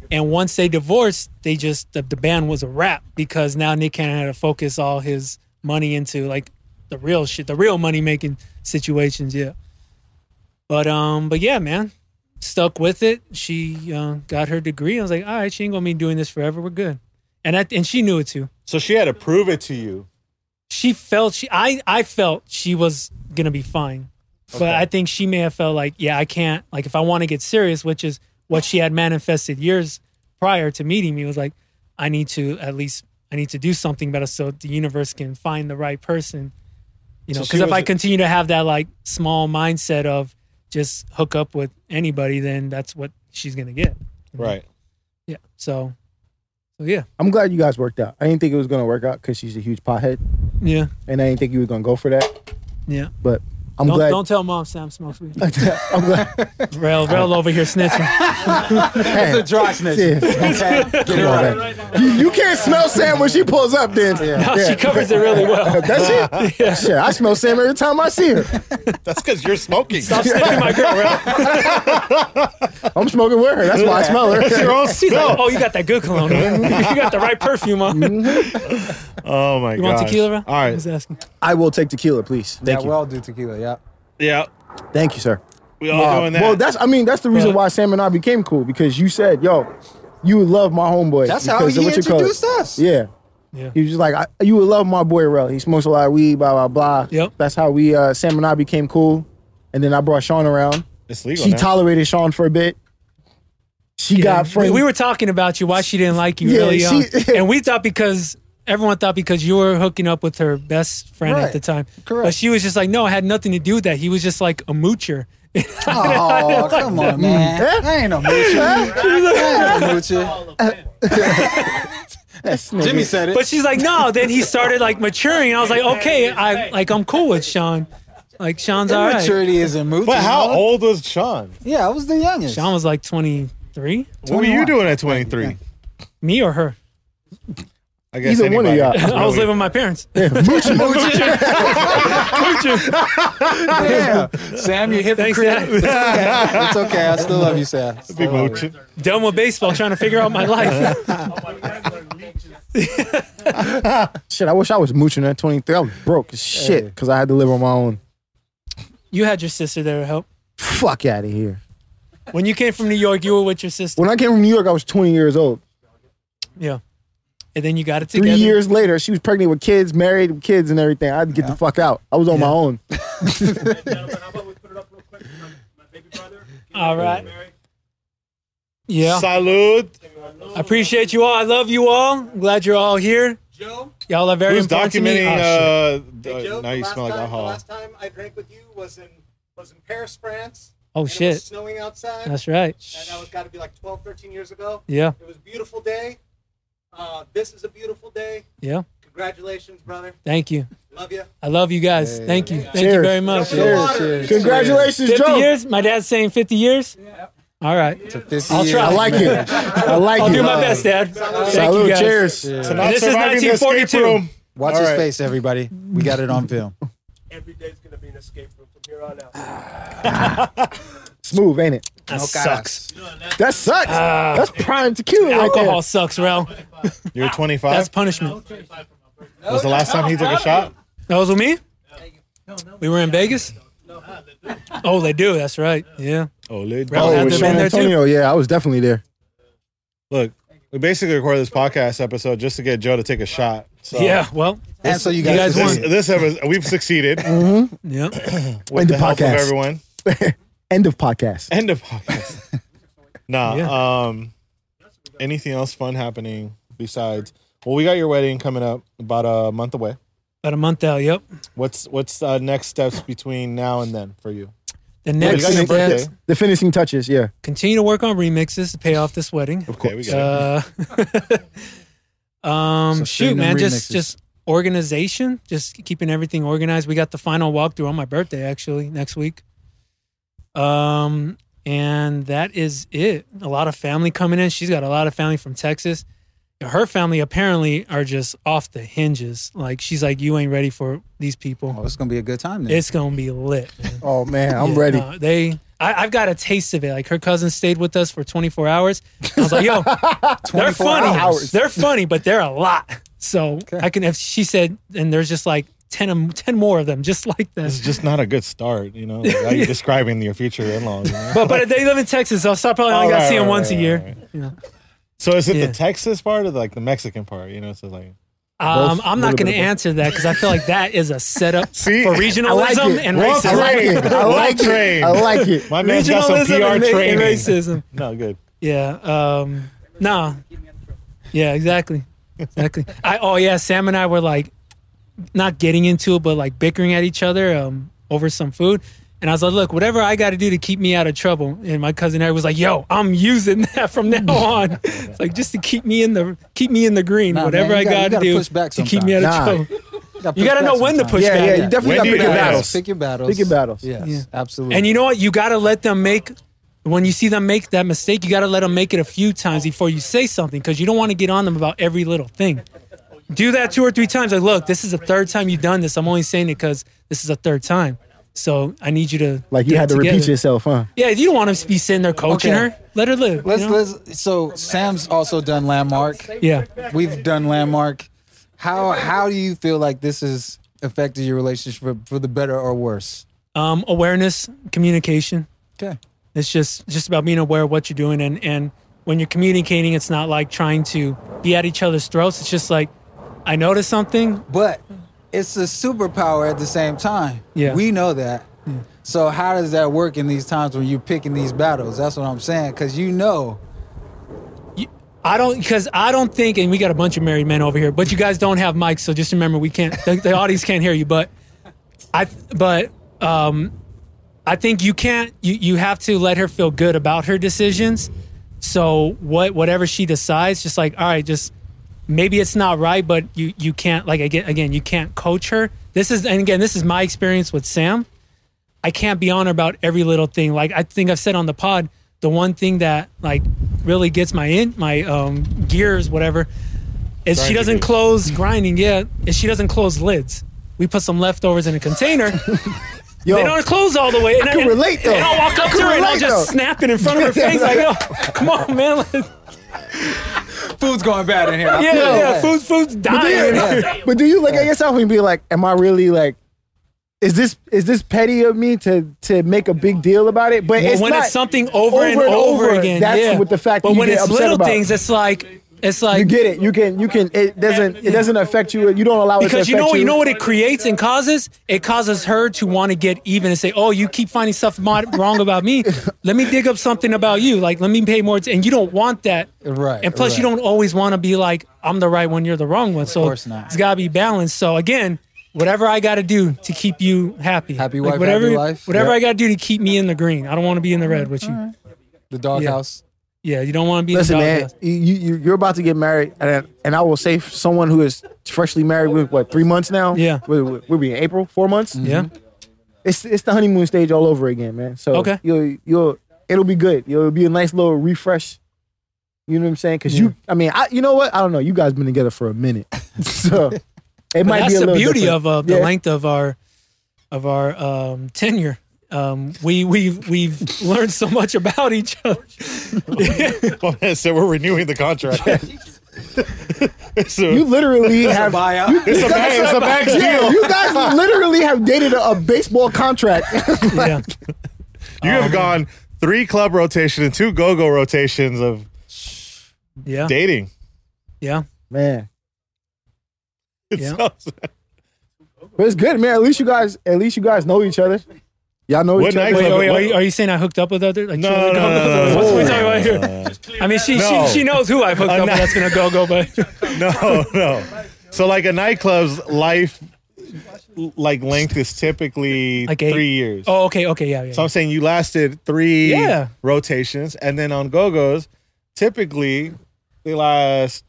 B: and once they divorced, they just the, the band was a wrap because now Nick Cannon had to focus all his money into like the real shit, the real money making situations. Yeah, but um, but yeah, man, stuck with it. She uh, got her degree. I was like, all right, she ain't gonna be doing this forever. We're good, and I, and she knew it too
A: So she had to prove it to you.
B: she felt she I I felt she was gonna be fine, but I think she may have felt like yeah I can't like if I want to get serious, which is what she had manifested years prior to meeting me was like I need to at least I need to do something better so the universe can find the right person, you know
A: So she
B: because if
A: was-
B: I continue to have that like small mindset of just hook up with anybody, then that's what she's gonna get.
A: Right.
B: Yeah. So, so yeah,
C: I'm glad you guys worked out. I didn't think it was going to work out because she's a huge pothead,
B: yeah,
C: and I didn't think you were going to go for that.
B: yeah.
C: But I'm
B: don't
C: glad.
B: don't tell mom Sam smokes weed.
C: I'm glad.
B: Rail, rail over here snitching.
C: That's
D: The dry snitch. Get it right.
C: You, you can't smell Sam when she pulls up. Then
B: No, she covers it really well.
C: That's it. Shit, I smell Sam every time I see her.
A: That's because you're smoking.
B: Stop sniffing my girl, right?
C: I'm smoking with her. That's why I smell
A: That's your
C: her.
A: own
B: She's like,
A: smell.
B: oh, you got that good cologne. on. you got the right perfume on. You
A: Oh my god.
B: want tequila, bro?
A: All right.
B: Just asking.
C: I will take tequila, please.
D: Yeah,
C: Thank
D: we
C: you.
D: all do tequila. Yeah.
A: Yeah.
C: Thank you, sir.
A: We all
C: Uh,
A: doing that.
C: Well, that's. I mean, that's the reason
B: But-
C: why Sam and I became cool because you said, "Yo, you would love my homeboy."
D: That's how
C: because
D: he
C: of what you call it.
D: introduced us.
C: Yeah.
B: Yeah.
C: He was just like, I, "You would love my boy Rel. He smokes a lot of weed." Blah blah blah.
B: Yep.
C: That's how we uh, Sam and I became cool, and then I brought Sean around.
A: it's legal
C: She
A: now.
C: tolerated Sean for a bit. She
B: Yeah.
C: got friends.
B: We, we were talking about you, why she didn't like you
C: Yeah,
B: really young.
C: she-
B: and we thought because everyone thought because you were hooking up with her best friend at
D: Right.
B: the time.
D: Correct.
B: But she was just like, no, it had nothing to do with that. He was just like a moocher.
D: Oh, come on, man. I ain't no moocher. I ain't no moocher.
C: That's nigga.
D: Jimmy said it.
B: But she's like, no. Then he started like maturing. I was like, okay, I like I'm cool with Sean. Like Sean's all right.
D: Immaturity isn't mooching.
A: But how
D: dog.
A: old was Sean?
D: Yeah, I was the youngest.
B: Sean was like 23.
A: What were you
D: 21.
A: doing at 23?
B: Me or her?
A: I guess
C: Either one of
A: anybody.
C: y'all.
B: I was living with my parents.
D: Damn. Sam, you
B: Thanks,
D: hypocrite.
B: Dad.
D: It's okay. I still love you, Sam.
A: Big
B: oh,
A: mooch.
B: Done with baseball, trying to figure out my life.
C: Shit, I wish I was mooching at 23. I was broke as shit because I had to live on my own.
B: You had your sister there to help.
C: Fuck out of here.
B: When you came from New York, you were with your sister.
C: When I came from New York, I was 20 years old.
B: Yeah. And then you got it
C: Three
B: together.
C: years later, she was pregnant with kids, married with kids, and everything. I had to get the fuck out. I was on my
B: Yeah.
C: own.
F: Gentlemen, how about we put it up real quick? My, my baby brother.
B: All right. Yeah.
A: Salud.
B: I appreciate you all. I love you all. I'm glad you're all here.
F: Joe.
B: Y'all are very
A: Who's
B: important to me.
A: documenting?
B: Oh, shit.
A: uh,
F: Hey,
A: the-
F: Joe.
A: now you
F: the last
A: smell like
F: time, the
A: alcohol.
F: Last time I drank with you was in was in Paris, France. and It
B: oh
F: was
B: shit.
F: snowing outside.
B: That's right.
F: and that was got to be like 12, 13 years ago.
B: Yeah.
F: It was a beautiful day. Uh, this is a beautiful day.
B: Yeah.
F: Congratulations, brother.
B: Thank you.
F: Love you.
B: I love you guys.
D: Hey.
B: Thank you. Thank you
C: Cheers.
B: very much.
D: Cheers,
F: Water.
D: cheers.
C: Congratulations,
B: 50
C: Joe.
B: years? My dad's saying 50 years? All right. I'll try.
C: I like it. I like
B: I'll
C: it.
B: do my best, Dad. Thank you
C: Salute.
B: guys.
C: Cheers.
D: Yeah.
A: Not
B: And this is
A: surviving the escape
B: 1942.
A: room.
D: Watch
A: All
D: his
A: right.
D: face, everybody. We got it on film.
F: Every day's gonna be an escape room from here on out.
C: Smooth, ain't it?
B: That sucks.
C: That sucks. That's prime tequila right there.
B: Ah. Alcohol sucks, Rel.
A: You're
B: That's
A: 25.
B: punishment.
A: Was the last time he took a shot?
B: That was with me? We were in Vegas? Oh, they do. That's right. Yeah.
A: Oh, lid.
B: Rel
C: Oh,
B: had
C: with
B: the
C: San
B: man there too.
C: Antonio. Yeah, I was definitely there.
A: Look, we basically recorded this podcast episode just to get Joe to take a shot. So
B: Yeah. Well,
D: And so you
B: You guys
D: guys,
A: This,
B: won.
A: this episode, we've succeeded
B: yeah.
A: with
C: End
A: the,
C: the
A: help of
C: podcast.
A: everyone.
C: End of podcast.
A: End of podcast. nah. Um, anything else fun happening besides? Well, we got your wedding coming up about a month away.
B: About a month out. Yep.
A: What's what's uh, next steps between now and then for you?
B: The
A: you
B: next
A: got your
B: step,
A: birthday.
C: The finishing touches. Yeah.
B: continue to work on remixes to pay off this wedding.
A: Okay, we got it.
B: Uh, um,
D: So
B: shoot,
D: send them
B: man, just
D: remixes.
B: just organization, just keeping everything organized. We got the final walkthrough on my birthday actually next week. Um, and that is it. A lot of family coming in. She's got a lot of family from Texas. Her family apparently are just off the hinges. Like she's like, you ain't ready for these people.
D: oh, it's gonna be a good time. Then.
B: It's gonna be lit. man.
C: Oh man, I'm
B: Yeah,
C: ready.
B: no, they, I, I've got a taste of it. Like her cousin stayed with us for 24 hours. I was like, yo, they're
D: 24
B: funny.
D: hours.
B: They're funny, but they're a lot. So I can. If she said, and there's just like 10, of- 10 more of them, just like
A: It's
B: this.
A: just not a good start, you know. Like, how you describing your future in-laws? You know?
B: But but they live in Texas, so I probably only
A: Oh,
B: got to
A: right,
B: see them
A: right,
B: once
A: right,
B: a year.
A: right,
B: You know.
A: So is it
B: Yeah.
A: the Texas part or like the Mexican part? You know, so like
B: Um,
C: Both,
B: I'm not
C: little bit
B: going to
C: of both.
B: answer that because I feel like that is a setup
A: See?
B: for
A: I like
B: regionalism
C: it.
B: and
A: Well
B: racism.
C: I like
A: Train.
C: it. I
A: Well
C: like it.
A: trained.
C: I like it.
A: my man's got some
B: Regionalism and,
A: PR
B: ma- and
A: training.
B: racism.
A: No, good.
B: Yeah. Um, no. Yeah. Exactly. Exactly. I. Oh yeah. Sam and I were like, not getting into it, but like bickering at each other um, over some food. And I was like, look, whatever I got to do to keep me out of trouble. And my cousin Eric was like, yo, I'm using that from now on. it's like just to keep me in the keep me in the green.
D: Nah,
B: whatever
D: man, you
B: I
D: gotta- you
B: got to
D: gotta
B: do
D: push back
B: to keep me out of
C: sometimes. Nah.
B: trouble.
D: push
B: gotta
D: back
B: know when to
D: sometimes.
B: push
C: Yeah,
B: back.
C: yeah,
B: at.
C: you definitely
A: When
C: got
A: do
C: to pick
A: you
C: your
A: guys-
C: battles.
D: Pick your battles.
C: Pick your battles.
D: Yes,
B: Yeah.
D: absolutely.
B: And you know what? You gotta let them make. When you see them make that mistake, you gotta let them make it a few times before you say something, because you don't want to get on them about every little thing. Do that two or three times. Like, look, this is the third time you've done this. I'm only saying it because this is the third time. So I need you to
C: Like you
B: get
C: had to
B: it
C: repeat
B: together.
C: yourself, huh?
B: Yeah, you don't want to be sitting there coaching
D: Okay.
B: her. Let her live. you
D: Let's
B: know?
D: let's. So Sam's also done landmark.
B: Yeah.
D: We've done landmark. How how do you feel like this has affected your relationship for, for the better or worse?
B: Um, awareness, communication.
D: Okay.
B: It's just just about being aware of what you're doing and and when you're communicating, it's not like trying to be at each other's throats. It's just like, I noticed something.
D: But it's a superpower at the same time.
B: Yeah.
D: We know that. So how does that work in these times when you're picking these battles? That's what I'm saying. Cause you know.
B: I don't because I don't think, and we got a bunch of married men over here, but you guys don't have mics, so just remember we can't. The, the audience can't hear you, but I, but um, I think you can't. You you have to let her feel good about her decisions. So what whatever she decides, just like all right, just maybe it's not right, but you you can't like again again you can't coach her. This is and again this is my experience with Sam. I can't be on her about every little thing. Like I think I've said on the pod, the one thing that like really gets my in my um gears, whatever, is she
A: Grinding
B: doesn't
A: it.
B: close grinding, yeah. Is she doesn't close lids. We put some leftovers in a container.
C: Yo,
B: They don't close all the way. And I
C: Oh. can relate, though.
B: And I'll walk
C: I
B: up
C: can
B: to her and I'll
C: relate,
B: just
C: though.
B: snap it in front of her face like, yo, come on, man. Like,
D: Food's going bad in here. I
B: yeah,
D: feel
B: yeah,
D: it.
B: food's food's dying.
C: Yeah. but do you look at yourself and be like, "Am I really like? Is this is this petty of me to to make a big deal about it?" But
B: Well,
C: it's
B: when
C: not,
B: it's something over, and,
C: over and
B: over,
C: over,
B: again,
C: that's
B: yeah.
C: what the fact
B: But
C: that you
B: when
C: get
B: it's
C: upset
B: little
C: about.
B: things, it's like it's like
C: you get it. You can you can. It doesn't it doesn't affect you. You don't allow it
B: because
C: to
B: you know
C: affect
B: what you know what it creates and causes. It causes her to want to get even and say, "Oh, you keep finding stuff mod- wrong about me. Let me dig up something about you. Like let me pay more." T-. And you don't want that,
D: Right,
B: And plus, you
D: right.
B: don't always want to be like, "I'm the right one, you're the wrong one." So
D: course not.
B: it's gotta be balanced. So again. Whatever I got to do to keep you happy,
D: Happy wife,
B: whatever,
D: happy life.
B: whatever
D: Yep.
B: I got to do to keep me in the green. I don't want to be in the red with you.
D: The doghouse.
B: Yeah, you don't want to be.
C: Listen,
B: in the
C: man,
B: doghouse.
C: you, you you're about to get married, and and I will say, for someone who is freshly married with what three months now.
B: Yeah.
C: we'll, we'll be in April, four months.
B: Yeah.
C: it's it's the honeymoon stage all over again, man. So
B: Okay.
C: you'll you'll it'll be good. You'll be a nice little refresh. You know what I'm saying? Because you, I mean, I you know what? I don't know. You guys been together for a minute, so it might
B: But
C: be
B: that's
C: a
B: the
C: little
B: beauty
C: different.
B: of uh, the
C: Yeah.
B: length of our of our um, tenure. Um, we we we've learned so much about each other.
A: so we're renewing the contract. so,
C: You literally
D: A
C: have
D: buyout.
A: it's a bag, it's a bag
C: Yeah,
A: deal.
C: you guys literally have dated a, a baseball contract.
B: Yeah,
A: You have gone three club rotation and two go-go rotations of
B: yeah,
A: dating.
B: yeah.
C: man,
A: It
B: Yeah.
A: sounds-
C: but it's good, man. At least you guys, at least you guys know each other. Y'all know
A: What
C: each other.
A: night-
B: Wait,
A: Club-
B: wait,
A: what-
B: are you, are you saying I hooked up with other? Like,
A: No,
B: two other
A: no, no,
B: go-go's?
A: no,
B: What's
A: no,
B: we
A: no,
B: talking about here? I mean, she,
A: No.
B: she she knows who I hooked
A: I'm
B: up.
A: not-
B: with. That's gonna go go, but
A: no, no. So like a nightclub's life, like length is typically
B: Like eight?
A: three years.
B: oh, okay, okay, yeah, yeah.
A: So I'm saying you lasted three
B: Yeah.
A: rotations, and then on go-go's, typically they last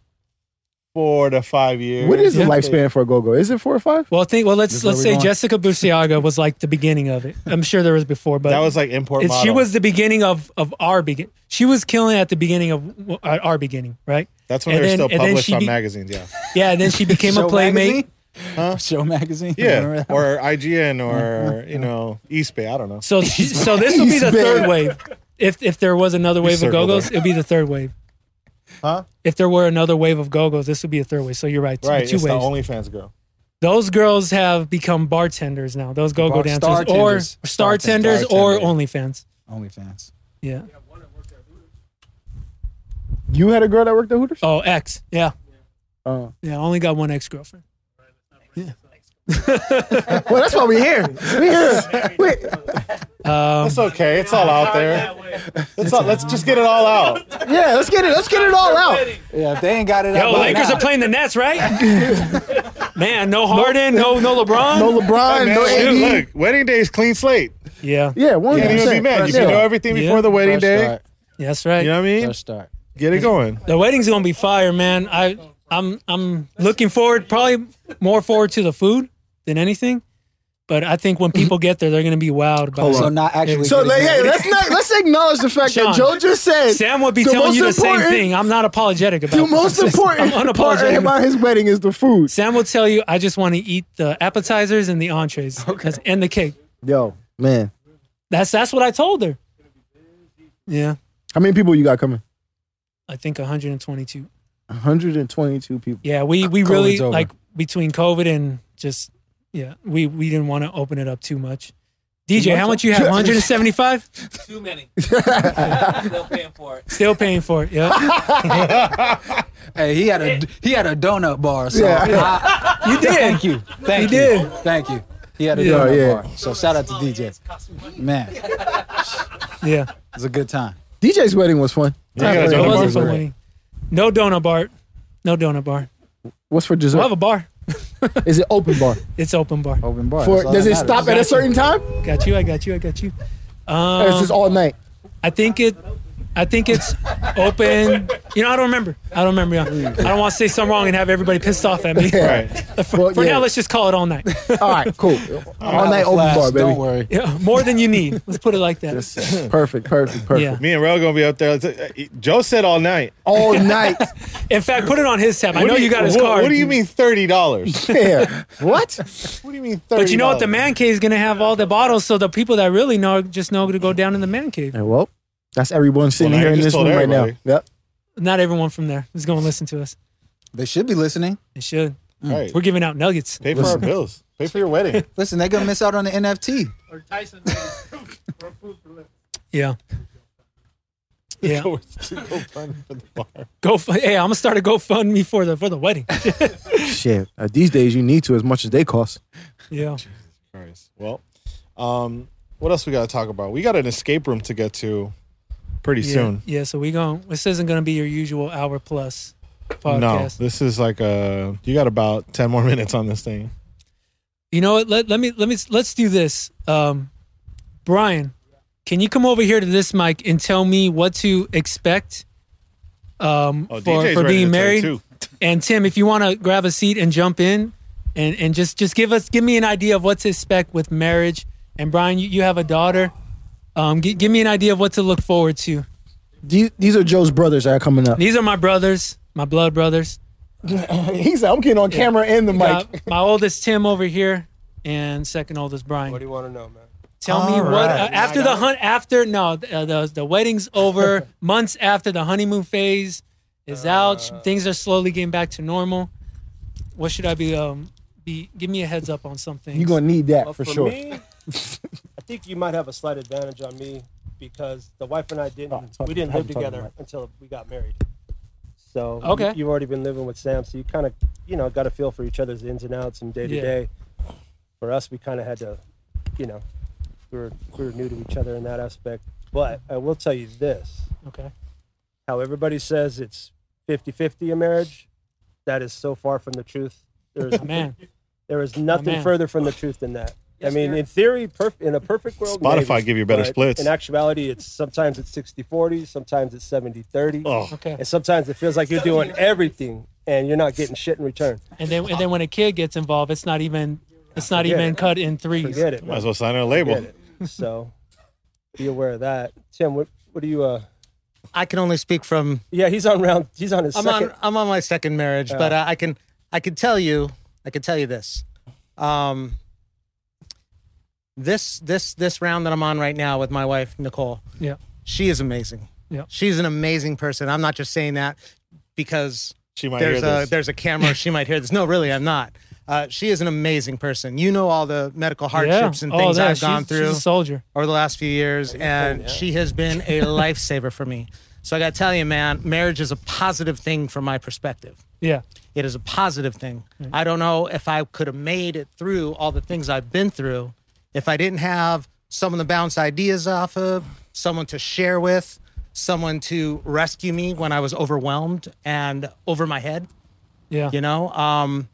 A: four to five years.
C: What is the
B: Yeah.
C: lifespan for a go-go? Is it four or five?
B: well, think well. Let's
D: where
B: let's
D: we're
B: say
D: going.
B: Jessica Busiaga was like the beginning of it. I'm sure there was before, but
A: That was like import
B: It's-
A: model.
B: she was the beginning of of our begin. She was killing at the beginning of uh, our beginning, right?
A: That's when
B: and
A: they're
B: then-
A: still
B: and then
A: published
B: she
A: on
B: be-
A: magazines. Yeah.
B: Yeah, and then she became a
D: Show
B: playmate.
D: magazine? Show magazine. Remember
A: Yeah,
D: that?
A: or IGN, or you know, East Bay. I don't know.
B: So she, so this would be the
C: He's bad.
B: third wave. If if there was another wave of
A: circled
B: go-go's,
A: her.
B: it'd be the third wave.
A: Huh?
B: If there were another wave of go-go's, this would be a third wave. So you're right.
A: Right,
B: Right, two
A: it's
B: waves.
A: the OnlyFans girl.
B: Those girls have become bartenders now. Those go-go
D: Bar-
B: dancers
D: star
B: or
D: tenders.
B: star
D: Star tenders.
B: tenders or
D: Star
B: OnlyFans.
D: OnlyFans.
B: Yeah.
C: You had a girl that worked at Hooters.
B: Oh, ex. Yeah.
C: Oh.
B: Yeah. I only got one ex-girlfriend.
C: Well, that's why we here. We here. We,
B: Um,
A: It's okay. It's all out there. It's all, let's just get it all out.
C: yeah, let's get it. Let's get it all out.
D: Yeah, if they ain't got it out.
B: Yo,
D: by
B: oh, Lakers
D: now-
B: are playing the Nets, right? Man, no Harden, no no LeBron.
C: No LeBron.
A: Man,
C: no
A: dude,
C: AD.
A: look, wedding day is clean slate.
B: Yeah, yeah,
C: Yeah, one
A: You can
C: hundred
A: even be
C: percent.
A: mad. You
C: Yeah.
A: can know everything
B: Yeah.
A: before the wedding
D: Fresh
A: day.
D: start.
B: that's right.
A: You know what I mean?
D: Fresh start.
A: Get it going.
B: The wedding's gonna be fire, man. I I'm I'm looking forward, probably more forward to the food than anything. But I think when people get there, they're gonna be wowed. By
D: So not actually.
C: So
D: getting
C: like, hey,
D: married.
C: let's not, let's acknowledge the fact
B: Sean,
C: that Joe just said
B: Sam would be
C: the
B: telling you the
C: most
B: same
C: important-
B: thing. I'm not apologetic about.
C: The
B: it.
C: most important
B: I'm
C: part
B: unapologetic.
C: about his wedding is the food.
B: Sam will tell you, I just want to eat the appetizers and the entrees That's- and the cake.
C: Yo, man,
B: That's that's what I told her. Yeah,
C: how many people you got coming?
B: I think 122.
C: One hundred and twenty-two people.
B: Yeah, we we
D: COVID's
B: really
D: over.
B: like between COVID and just yeah, we we didn't want to open it up too much. DJ, how much you have? 175?
E: Too many. Still paying for it.
B: Still paying for it. Yeah,
D: Hey, he had a he had a donut bar. So
B: Oh,
C: Yeah.
D: I-
B: you did.
D: thank you. Thank
B: He
D: you.
B: did.
D: Thank you. He had a
B: Yeah.
D: donut
C: Oh, yeah.
D: bar. So shout out to DJ. Man, it
B: Yeah,
D: was a good time.
C: DJ's wedding was fun.
A: You got a
B: it
A: donut bar?
B: wasn't for money. No donut bar. No donut bar.
C: What's for
B: We'll have
C: dessert?
B: a bar.
C: Is it open bar?
B: It's open bar.
D: Open bar.
C: For
D: that's all
C: does
D: that
C: it
D: matters.
C: stop at a certain time?
B: Got you. I got you. I got you.
C: Or is this all night?
B: I think it. I think it's open. You know, I don't remember. I don't remember. yeah. I don't want to say something wrong and have everybody pissed off at me.
A: Right.
B: For,
C: Well,
B: for
C: yeah.
B: now, let's just call it all night.
C: All right, cool. All night open
D: Flash,
C: bar, Oh, baby.
D: Don't worry.
B: Yeah, more than you need. Let's put it like that.
C: Perfect, perfect, perfect.
B: Yeah.
A: Me and Rel gonna be up there. uh, Joe said all night.
C: All night.
B: In fact, put it on his tab. I
A: What
B: know
A: do
B: you got his
A: what,
B: card.
A: What do you mean thirty dollars?
C: Yeah. What?
A: what do you mean thirty?
B: But you know what? The man cave is gonna have all the bottles, so the people that really know just know to go down in the man cave.
C: And well, that's everyone sitting
A: Well, now
C: here
A: you
C: in
A: just
C: this
A: told
C: room right
A: everybody.
C: now. Yep.
B: Not everyone from there is going to listen to us.
D: They should be listening.
B: They should.
A: Right.
B: We're giving out nuggets.
A: Pay for our bills. Pay for your wedding.
D: Listen, they're gonna miss out on the NFT.
F: Or Tyson. or food for less.
B: Yeah. Yeah.
A: Go fund for the bar.
B: Go. fu- Hey, I'm gonna start a GoFundMe for the for the wedding.
C: Shit. Uh, these days, you need to as much as they cost.
B: Yeah.
A: Christ. Well, um, what else we got to talk about? We got an escape room to get to pretty
B: Yeah.
A: soon.
B: Yeah. So we going. This isn't gonna be your usual hour plus
A: No,
B: podcast.
A: this is like a. You got about ten more minutes on this thing.
B: You know what? Let, let me let me let's do this. Um, Brian, can you come over here to this mic and tell me what to expect um,
A: Oh,
B: for, for being married? And Tim, if you want to grab a seat and jump in, and and just just give us give me an idea of what to expect with marriage. And Brian, you, you have a daughter. Um, gi- give me an idea of what to look forward to.
C: These, these are Joe's brothers that are coming up.
B: These are my brothers, my blood brothers.
C: He said, I'm getting on camera and the mic.
B: Got my oldest Tim over here, and second oldest Brian.
G: What do you want to know, man?
B: Tell me
C: All
B: what
C: right.
B: uh, after the hunt after no uh, the the wedding's over months after the honeymoon phase is out sh- things are slowly getting back to normal. What should I be um be give me a heads up on something?
C: You're going to need that
G: Well,
C: for, sure.
G: me, I think you might have a slight advantage on me because the wife and I didn't
C: Oh, sorry.
G: we didn't
C: I
G: live
C: haven't talked
G: together
C: about
G: until we got married. So
B: Okay.
G: you, have already been living with Sam, so you kind of you know got a feel for each other's ins and outs and day to
B: Yeah.
G: day. For us, we kind of had to, you know, we were we were new to each other in that aspect. But I will tell you this:
B: okay.
G: how everybody says it's 50-50 in marriage, that is so far from the truth. There is
B: Man,
G: There is nothing
B: man.
G: further from the truth than that.
E: Yes,
G: I mean,
E: sir.
G: in theory, perf- in a perfect world,
A: Spotify
G: maybe,
A: give you better
G: but
A: splits.
G: In actuality, it's sometimes it's 60-40, sometimes it's 70-30.
A: Oh,
B: okay.
G: And sometimes it feels like you're doing everything and you're not getting shit in return.
B: And then and then when a kid gets involved, it's not even it's not
G: Forget
B: even
G: it.
B: cut in threes.
G: Forget it.
A: might
G: man.
A: as well sign our label.
G: Forget it. So be aware of that. Tim, what what do you uh
H: I can only speak from
G: yeah, he's on round he's on his
H: I'm
G: second
H: on I'm on my second marriage, but uh, I can I can tell you I can tell you this. Um, this this this round that I'm on right now with my wife Nicole,
B: Yeah.
H: she is amazing.
B: Yeah.
H: she's an amazing person. I'm not just saying that because
A: She might
H: there's
A: hear
H: a
A: this.
H: there's a camera. She might hear this. No, really, I'm not. Uh, she is an amazing person. You know all the medical hardships
B: yeah.
H: and
B: Oh,
H: things
B: yeah,
H: I've gone
B: she's-
H: through
B: She's a soldier.
H: over the last few years, and she has been a lifesaver for me. So I got to tell you, man, marriage is a positive thing from my perspective.
B: Yeah.
H: It is a positive thing.
A: Mm-hmm.
H: I don't know if I could have made it through all the things I've been through if I didn't have someone to bounce ideas off of, someone to share with, someone to rescue me when I was overwhelmed and over my head.
B: Yeah.
H: You know, um,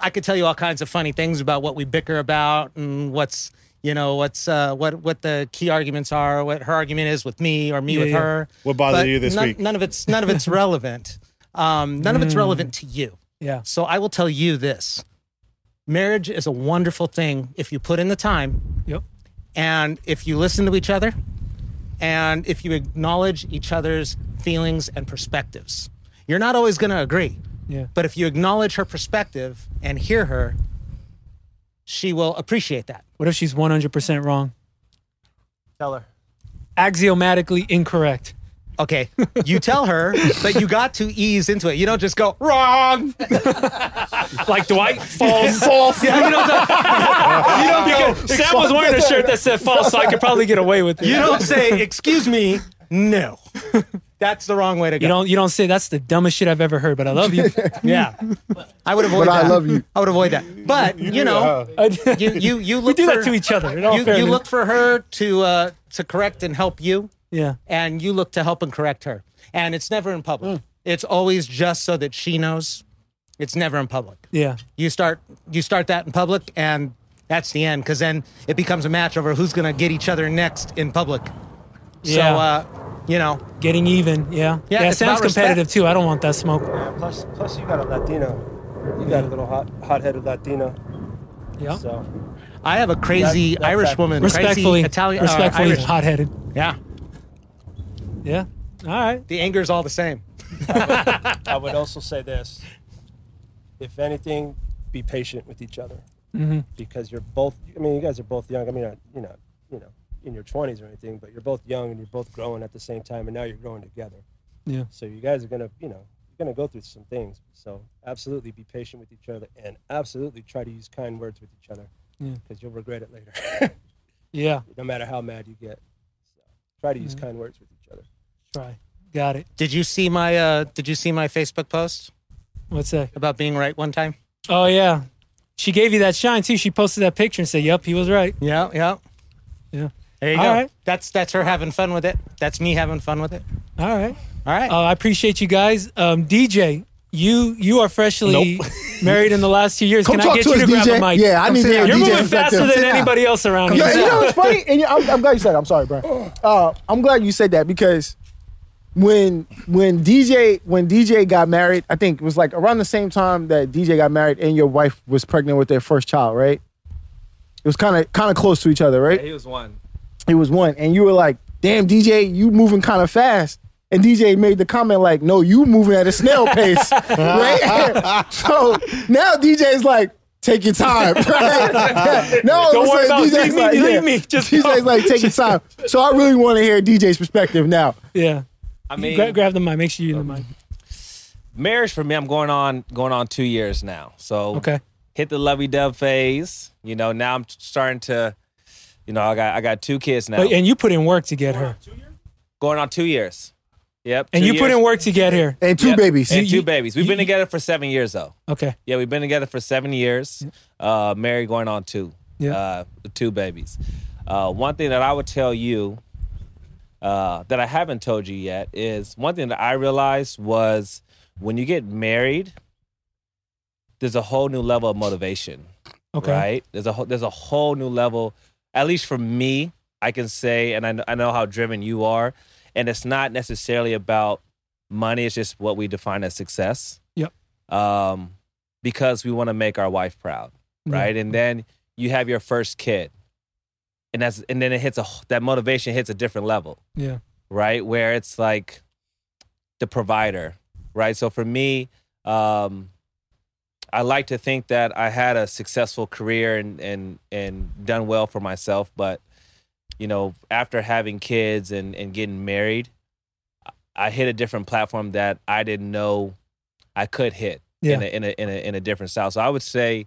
H: I could tell you all kinds of funny things about what we bicker about and what's you know what's uh, what what the key arguments are, what her argument is with me or me
B: Yeah,
H: with
B: yeah.
H: her.
A: What bothered
H: But
A: you this
H: none,
A: week? Mm.
H: None of it's none of it's relevant. Um, none of it's relevant to you.
B: Yeah.
H: So I will tell you this: marriage is a wonderful thing if you put in the time
B: Yep.
H: and if you listen to each other and if you acknowledge each other's feelings and perspectives. You're not always going to agree.
B: Yeah.
H: But if you acknowledge her perspective and hear her, she will appreciate that.
B: What if she's 100% wrong?
G: teller.
B: Axiomatically incorrect.
H: Okay, you tell her, but you got to ease into it. You don't just go wrong.
B: Like Dwight falls. Yeah, you know,
H: Oh.
B: Because Sam was wearing a shirt that said false, so I could probably get away with it.
H: You don't say, "Excuse me, no." That's the wrong way to go.
B: You don't. You don't say that's the dumbest shit I've ever heard. But I love you.
H: yeah, I would avoid
C: But I
H: that.
C: love you.
H: I would avoid that. But you, know,
B: I-
H: you you you
B: we
H: look
B: do
H: for,
B: that to each other. in all
H: You, you
B: fairness.
H: look for her to uh, to correct and help you.
B: Yeah.
H: and you look to help and correct her. And it's never in
B: Hmm.
H: public. It's always just so that she knows. It's never in public.
B: Yeah.
H: You start you start that in public and that's the end because then it becomes a match over who's going to get each other next in public.
B: Yeah.
H: So uh you know,
B: Getting even, yeah.
H: Yeah,
B: it
H: it's about
B: sounds competitive too. I don't want that smoke.
G: Yeah, plus, plus you got a Latino. You got a little hot, hot-headed Latino.
B: Yeah.
G: So
H: I have a crazy
G: That- that's
H: Irish
G: that-
H: woman,
B: Respectfully,
H: crazy Italian, uh,
B: respectfully,
H: Irish.
B: hot-headed.
H: Yeah,
B: Yeah. All right.
H: the anger is all the same.
G: I would also say this: if anything, be patient with each other
B: Mm-hmm.
G: because you're both. I mean, you guys are both young. I mean, uh, you know, you know, in your twenties or anything, but you're both young and you're both growing at the same time, and now you're growing together.
B: Yeah.
G: So you guys are gonna, you know, you're gonna go through some things. So absolutely be patient with each other, and absolutely try to use kind words with each other because you'll regret it later,
B: Yeah.
G: no matter how mad you get. So try to use
B: Mm-hmm.
G: kind words with each other.
B: Try. Got it.
H: Did you see my uh, Did you see my Facebook post
B: What's that?
H: about being right one time?
B: Oh yeah. She gave you that shine too. She posted that picture and said, "Yep, he was right."
H: Yeah, yeah,
B: Yeah.
H: There you
B: All
H: go.
B: right.
H: That's that's her having fun with it. That's me having fun with it.
B: All right.
H: All right.
B: Uh, I appreciate you guys. Um, DJ, you you are freshly married in the last two years.
C: Come
B: Can
C: talk
B: I get
C: to
B: you
C: us,
B: to grab
C: DJ.
B: a mic?
C: Yeah, I need to hear
B: You're
C: DJ
B: moving
C: perspective.
B: faster than
C: Sit down.
B: anybody else around
C: Yeah, you
B: here.
C: know what's funny? And you- I'm, I'm glad you said that. I'm sorry, Brian. Uh, I'm glad you said that because when when DJ when DJ got married, I think it was like around the same time that DJ got married and your wife was pregnant with their first child, right? It was kind of kind of close to each other, right?
I: He was one.
C: It was one, and you were like, "Damn, DJ, you moving kind of fast." And DJ made the comment like, "No, you moving at a snail pace, right?" so now DJ's like, "Take your time." Right? no,
B: Don't
C: it's
B: worry about
C: like DJ's
B: leave me,
C: like,
B: leave
C: yeah.
B: me. Just
C: DJ's
B: go.
C: like, "Take your time." So I really want to hear DJ's perspective now.
B: Yeah.
I: I mean,
B: Grab, grab the mic. Make sure you in the mic.
I: marriage for me, I'm going on going on two years now. So
B: Okay.
I: hit the lovey dove phase. You know, now I'm starting to, you know, I got I got two kids now.
B: But, and you put in work to get her.
I: going on two years. Yep.
B: And
I: two
B: you put
I: years.
B: in work to get here.
C: And two
I: Yep.
C: babies.
I: And
B: You-
I: two babies. We've
B: you-
I: been
B: you-
I: together for seven years though.
B: Okay.
I: Yeah, we've been together for seven years. Uh, married going on two.
B: Yeah.
I: Uh, with two babies. Uh, one thing that I would tell you uh, that I haven't told you yet is one thing that I realized was when you get married, there's a whole new level of motivation.
B: Okay.
I: Uh, Right? There's a whole, there's a whole new level. At least for me, I can say, and I, kn- I know how driven you are, and it's not necessarily about money. It's just what we define as success.
B: Yep.
I: Um, because we want to make our wife proud, right? And then you have your first kid, and that's and then it hits a wh- that motivation hits a different level
B: Yeah.
I: right? Where it's like the provider, right? So for me, um, I like to think that I had a successful career and and and done well for myself, but you know, after having kids and and getting married, I- I hit a different platform that I didn't know I could hit in a
B: Yeah.
I: in a in a in a different style. So I would say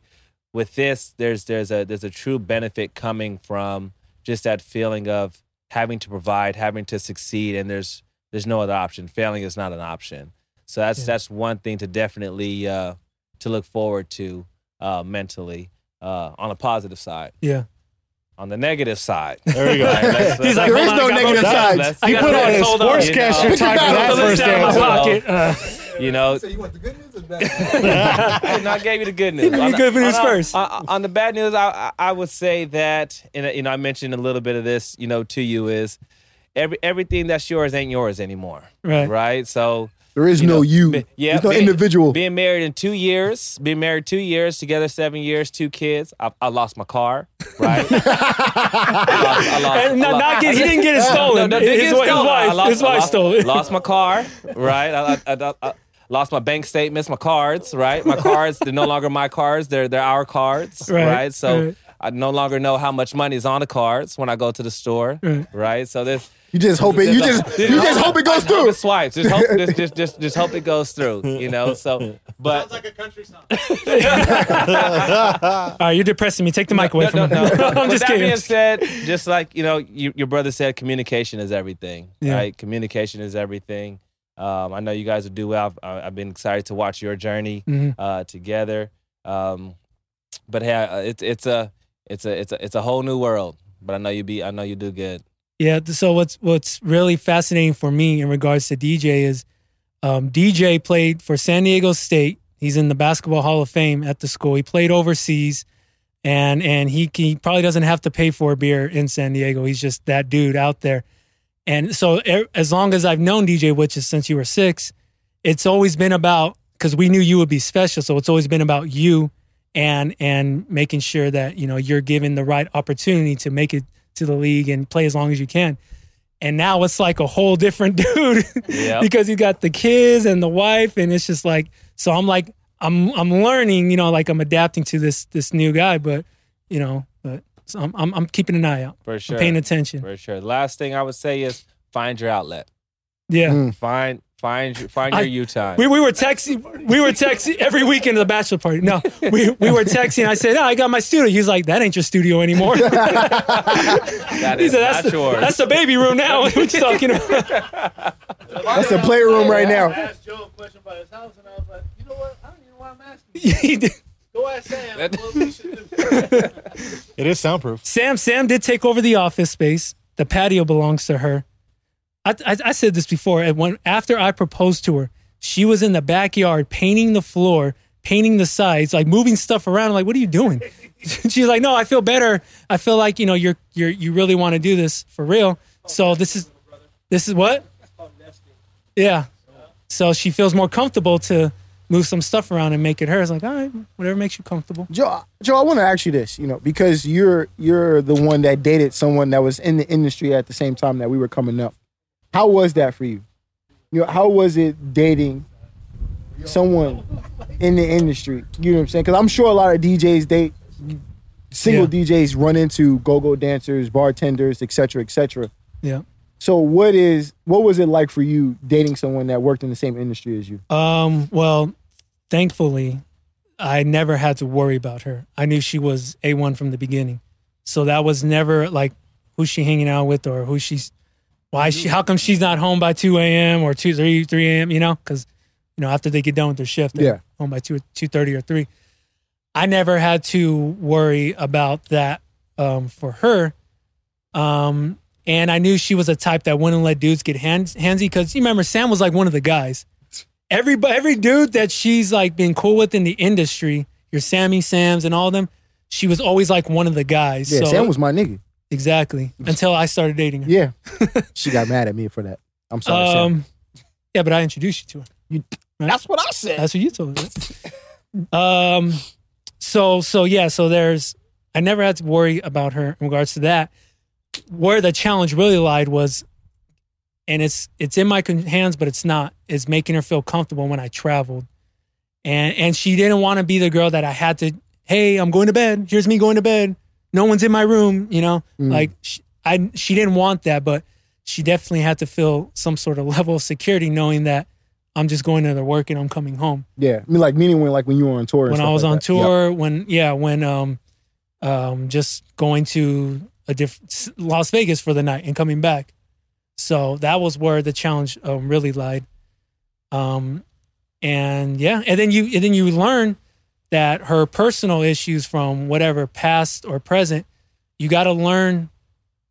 I: with this, there's there's a there's a true benefit coming from just that feeling of having to provide, having to succeed, and there's there's no other option. Failing is not an option. So that's
B: Yeah.
I: that's one thing to definitely uh, to look forward to uh, mentally uh, on a positive side.
B: Yeah.
I: On the negative side,
A: There you
I: Right,
A: go.
I: let's-
B: He's like,
I: let's-
C: There is
B: hold on,
C: no
B: I got
C: negative
B: my-
C: side.
I: let's-
B: He
I: let's-
B: put on
I: let's
B: his
I: hold on, you know?
B: sportscaster
C: Pick
B: time
C: it
B: for
C: out.
B: that
C: Put it
B: first
I: down.
B: answer. Pocket. Uh,
I: You know,
D: So you want the good news or the bad news?
I: I no, I gave you the good news.
B: me
I: On
B: the good news
I: on-
B: first.
I: On, on the bad news, I, I I would say that, and uh, you know, I mentioned a little bit of this, you know, to you is every everything that's yours ain't yours anymore,
B: Right.
I: Right. So
C: There is
I: you
C: no
I: know,
C: you.
I: be- yeah,
C: There's no
I: being-
C: individual.
I: Being married in two years, being married two years together, seven years, two kids. I, I lost my car, right? I lost, I
B: Uh,
I: lost-
B: and
I: I
B: not,
I: lost-
B: not get, he didn't get it
I: No,
B: stolen.
I: no, didn't
B: his,
I: get
B: wa- his
I: stolen. I
B: wife,
I: lost-
B: his
I: I
B: wife
I: lost-
B: stole it.
I: Lost my car, right? I, I, I, I lost my bank statements, my cards, right? My cards, they're no longer my cards. They're they're our cards,
B: Right,
I: right? So
B: right.
I: I no longer know how much money is on the cards when I go to the store, right? So this.
C: you just hope it. You just you just hope it goes through.
I: Just swipes. Just hope, just, just, just, just hope it goes through. You know. So, but
F: Sounds like a country song.
B: All right, you're depressing me. Take the mic away
I: no, no,
B: from
I: no.
B: me.
I: But
B: I'm
I: with
B: just
I: that
B: kidding.
I: being said, just like you know, you, your brother said, communication is everything.
B: Yeah.
I: Right? Communication is everything. Um, I know you guys will do well. I've, I've been excited to watch your journey
B: Mhm.
I: uh, together. Um, but hey, uh, it's it's a it's a it's a it's a whole new world. But I know you be I know you do good.
B: Yeah. th- So what's what's really fascinating for me in regards to DJ is um, DJ played for San Diego State. He's in the Basketball Hall of Fame at the school. He played overseas, and and he, he probably doesn't have to pay for a beer in San Diego. He's just that dude out there. And so er, as long as I've known DJ, which is since you were six, it's always been about because we knew you would be special. So it's always been about you and and making sure that you know you're given the right opportunity to make it to the league and play as long as you can. And now it's like a whole different dude
I: Yep.
B: because you got the kids and the wife, and it's just like so. I'm like I'm I'm learning, you know, like I'm adapting to this this new guy, but you know, but so I'm I'm, I'm keeping an eye out,
I: for sure.
B: I'm paying attention.
I: For sure. Last thing I would say is find your outlet.
B: Yeah.
I: Mm. Find find your- find your
B: I-
I: you time.
B: We, we were texting we were texting every weekend at the bachelor party. No, we, we were texting. I said, "No, I got my studio." He's like, "That ain't your studio anymore." he said,
I: that is
B: "That's
I: not
B: the,
I: yours.
B: that's the baby room now." what you talking about?
C: That's the playroom right now.
F: asked Joe a question about his house, and I was like, you know what? I don't even know why I'm asking.
B: He did-
F: Go ask Sam what we should do.
A: It is soundproof.
B: Sam Sam did take over the office space. The patio belongs to her. I, I, I said this before. And when after I proposed to her, she was in the backyard painting the floor, painting the sides, like moving stuff around. I'm like, what are you doing? She's like, no, I feel better. I feel like you know you're you're you really want to do this for real. So this is this is what. Yeah. So she feels more comfortable to move some stuff around and make it hers. Like, all right, whatever makes you comfortable.
C: Joe, Joe, I want to ask you this, you know, because you're you're the one that dated someone that was in the industry at the same time that we were coming up. How was that for you? You know, how was it dating someone in the industry? You know what I'm saying? Because I'm sure a lot of DJs date single DJs run into go-go dancers, bartenders, etc., etc.
B: Yeah.
C: So what is what was it like for you dating someone that worked in the same industry as you?
B: Um, well, thankfully, I never had to worry about her. I knew she was A1 from the beginning. So that was never like who's she hanging out with or who she's why is she how come she's not home by 2 a.m. or 2 3 3 a.m. you know cuz you know after they get done with their shift they're
C: Yeah.
B: home by 2 2:30 or 3. I never had to worry about that um for her. Um and I knew she was a type that wouldn't let dudes get hands handsy cuz you remember Sam was like one of the guys every every dude that she's like been cool with in the industry, your Sammy Sams and all of them, she was always like one of the guys.
C: Yeah,
B: so,
C: Sam was my nigga.
B: exactly until I started dating her.
C: Yeah, she got mad at me for that. I'm sorry, Sam.
B: um, yeah, but I introduced you to her.
C: That's what I said.
B: That's what you told me. right? um, so so yeah, so there's I never had to worry about her in regards to that. Where the challenge really lied was, and it's it's in my con- hands, but it's not. Is making her feel comfortable when I traveled, and and she didn't want to be the girl that I had to. Hey, I'm going to bed. Here's me going to bed. No one's in my room. You know,
C: Mm.
B: like she, I she didn't want that, but she definitely had to feel some sort of level of security, knowing that I'm just going to the work and I'm coming home.
C: Yeah, I mean, like meaning when like when you were on tour. and
B: When
C: stuff
B: I was
C: like
B: on
C: that.
B: tour, when yeah, when um, um, just going to a diff- s- Las Vegas for the night and coming back. So that was where the challenge um, really lied. Um, and yeah, and then you and then you learn that her personal issues from whatever past or present, you got to learn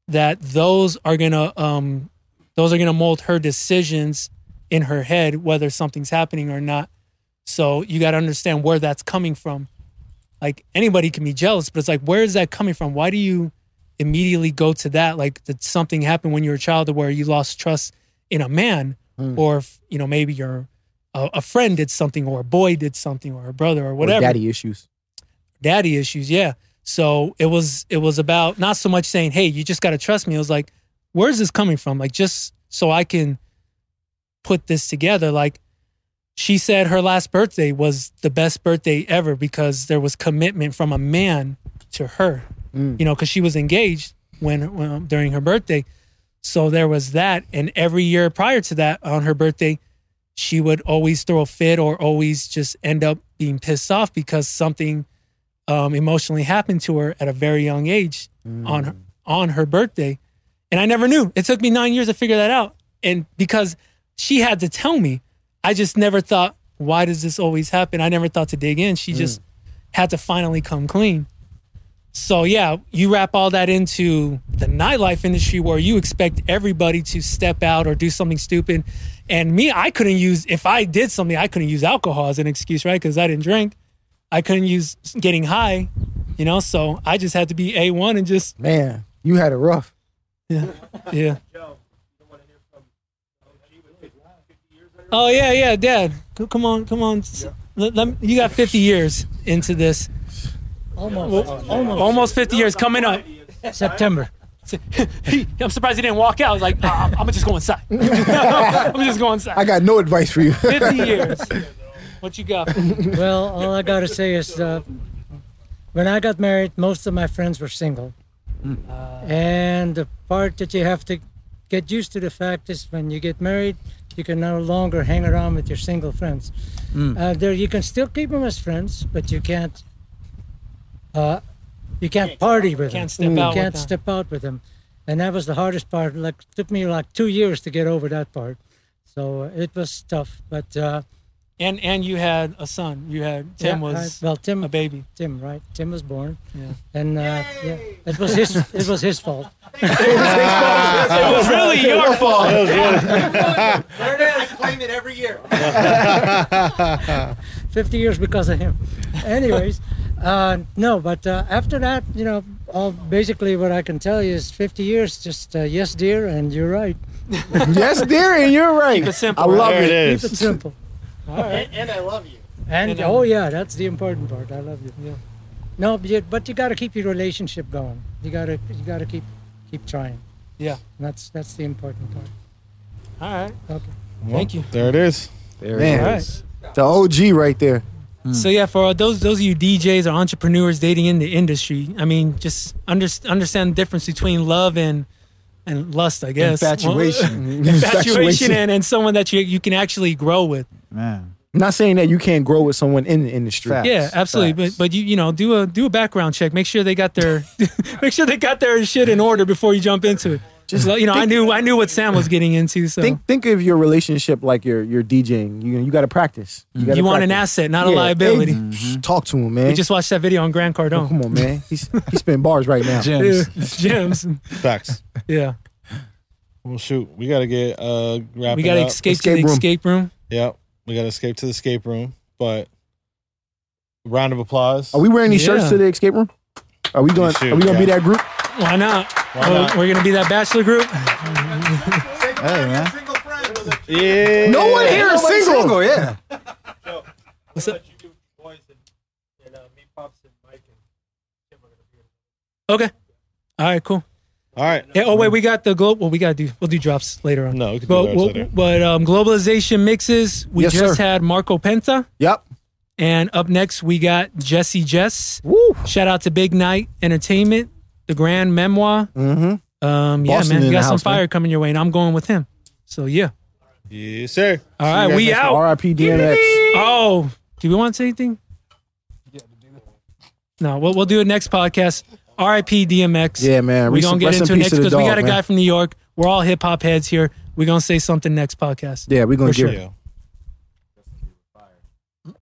B: that those are gonna um, those are gonna mold her decisions in her head whether something's happening or not. So you got to understand where that's coming from. Like anybody can be jealous, but it's like, where is that coming from? Why do you immediately go to that? Like, did something happen when you were a child where you lost trust in a man, or if, you know, maybe your a, a friend did something, or a boy did something, or a brother, or
C: Or
B: whatever
C: daddy issues.
B: daddy issues. Yeah. So it was it was about not so much saying, "Hey, you just got to trust me." It was like, "Where's this coming from?" Like just so I can put this together. Like she said, her last birthday was the best birthday ever because there was commitment from a man to her. You know, because she was engaged when, when during her birthday. So there was that, and every year prior to that, on her birthday, she would always throw a fit or always just end up being pissed off because something um, emotionally happened to her at a very young age on her, on her birthday, and I never knew. It took me nine years to figure that out, and because she had to tell me, I just never thought. Why does this always happen? I never thought to dig in. She just had to finally come clean. So yeah, you wrap all that into the nightlife industry where you expect everybody to step out or do something stupid. And me, I couldn't use if I did something, I couldn't use alcohol as an excuse, right? Because I didn't drink. I couldn't use getting high, you know. So I just had to be a one and just
C: Man, you had it rough.
B: yeah.
F: Joe, you don't want
B: Oh yeah, yeah, Dad. C- Come on, come on. S- Let, let me- you got 50 years into this.
H: Almost. Almost.
B: Almost 50 years coming up.
H: September.
B: I'm surprised he didn't walk out. I was like, "Ah, I'm gonna just go inside. I'm just going
C: I
B: inside.
C: got no advice for you.
B: 50 years. What you got?
H: Well, all I gotta say is, uh, when I got married, most of my friends were single, and the part that you have to get used to the fact is when you get married, you can no longer hang around with your single friends. Uh, there, you can still keep them as friends, but you can't. Uh, you can't party with them.
B: Can't step out
H: You
B: with
H: can't
B: them.
H: step out with them, and that was the hardest part. Like took me like two years to get over that part, so uh, it was tough. But uh,
B: And and you had a son. You had Tim
H: yeah,
B: was
H: I- well, Tim
B: a baby.
H: Tim, right? Tim was born,
B: Yeah.
H: and uh, yeah, it was his. It was his fault.
B: It was really your fault.
J: Claim it every year.
H: Fifty years because of him. Anyways, uh, no, but uh, after that, you know, all, basically what I can tell you is fifty years. Just uh, yes, dear, and you're right.
C: yes, dearie, you're right.
B: it simple.
C: I love
A: There
C: it.
A: it
H: Keep it
A: is.
H: simple.
J: And, and I love you.
H: And
B: And, um,
H: oh yeah, that's the important part. I love you. Yeah. No, but you, but you got to keep your relationship going. You gotta you gotta keep keep trying.
B: Yeah.
H: And that's that's the important part.
B: All right.
H: Okay.
B: Thank you.
A: There it is.
K: There
C: Man.
K: it
B: All right.
K: is.
C: The OG right there.
B: So yeah, for those those of you DJs or entrepreneurs dating in the industry, I mean, just under, understand the difference between love and and lust, I guess.
D: Infatuation.
B: Well, infatuation, and, and someone that you you can actually grow with.
D: Man.
C: Not saying that you can't grow with someone in the industry.
D: Fact.
B: yeah, absolutely.
D: facts.
B: But but you you know do a do a background check. Make sure they got their make sure they got their shit in order before you jump into it. Just you know, I
C: think-
B: knew I knew what Sam was getting into. So
C: Think think of your relationship like you're you're DJing. You you got to practice. You, gotta
B: you want an
C: practice.
B: asset, not a
C: Yeah,
B: liability.
C: hey, psh, Talk to him, man.
B: We just watched that video on Grand
C: Oh,
B: Cardone.
C: come on, man. He's he's spinning bars right now.
B: Yeah,
D: Gems.
B: gems.
A: Facts.
B: Yeah,
A: Well, shoot, we gotta get uh. Wrapping
B: we got to
A: up.
B: escape
C: Escape
B: to the
C: room.
B: escape room.
A: Yep, we gotta escape to the escape room. But round of applause.
C: Are we wearing these
B: Yeah.
C: shirts to the escape room? Are we going?
A: should,
C: are we going to be
A: yeah.
C: that group?
B: Why not?
A: Why
B: We're-
A: not?
B: We're gonna be that bachelor group.
D: Hey, man.
A: Yeah.
C: No one here is
D: Nobody's
C: single.
D: yeah.
B: What's up?
L: you do boys and, and uh, me, Pops, and Mike, and Tim are going to be here.
B: Okay. All right. Cool.
A: All right.
B: Yeah, oh wait, we got the globe. Well, we gotta do. We'll do drops later on.
A: No, we can do
B: but,
A: drops
B: well,
A: later.
B: But um, globalization mixes. We
C: Yes,
B: just
C: sir.
B: had Marco Penta,
C: Yep.
B: and up next we got Jesse Jess.
C: Woo.
B: Shout out to Big Night Entertainment, the Grand Memoir.
C: Mm-hmm.
B: Um, yeah,
C: Boston
B: man, you
C: in the
B: got some
C: house, man.
B: fire coming your way, and I'm going with him. So yeah.
A: Yes, sir.
B: All right, we out.
C: R.I.P. DMX.
B: Oh, do we want to say anything? No, we'll, we'll do it next podcast. RIP DMX.
C: Yeah, man.
B: We're
C: Rest-
B: going to get
C: rest in
B: into it
C: peace
B: next
C: to the
B: because we
C: dog,
B: got a
C: man.
B: guy from New York. We're all hip hop heads here. We're going to say something next podcast.
C: Yeah, we're gonna
B: For sure.
C: get
A: Yeah.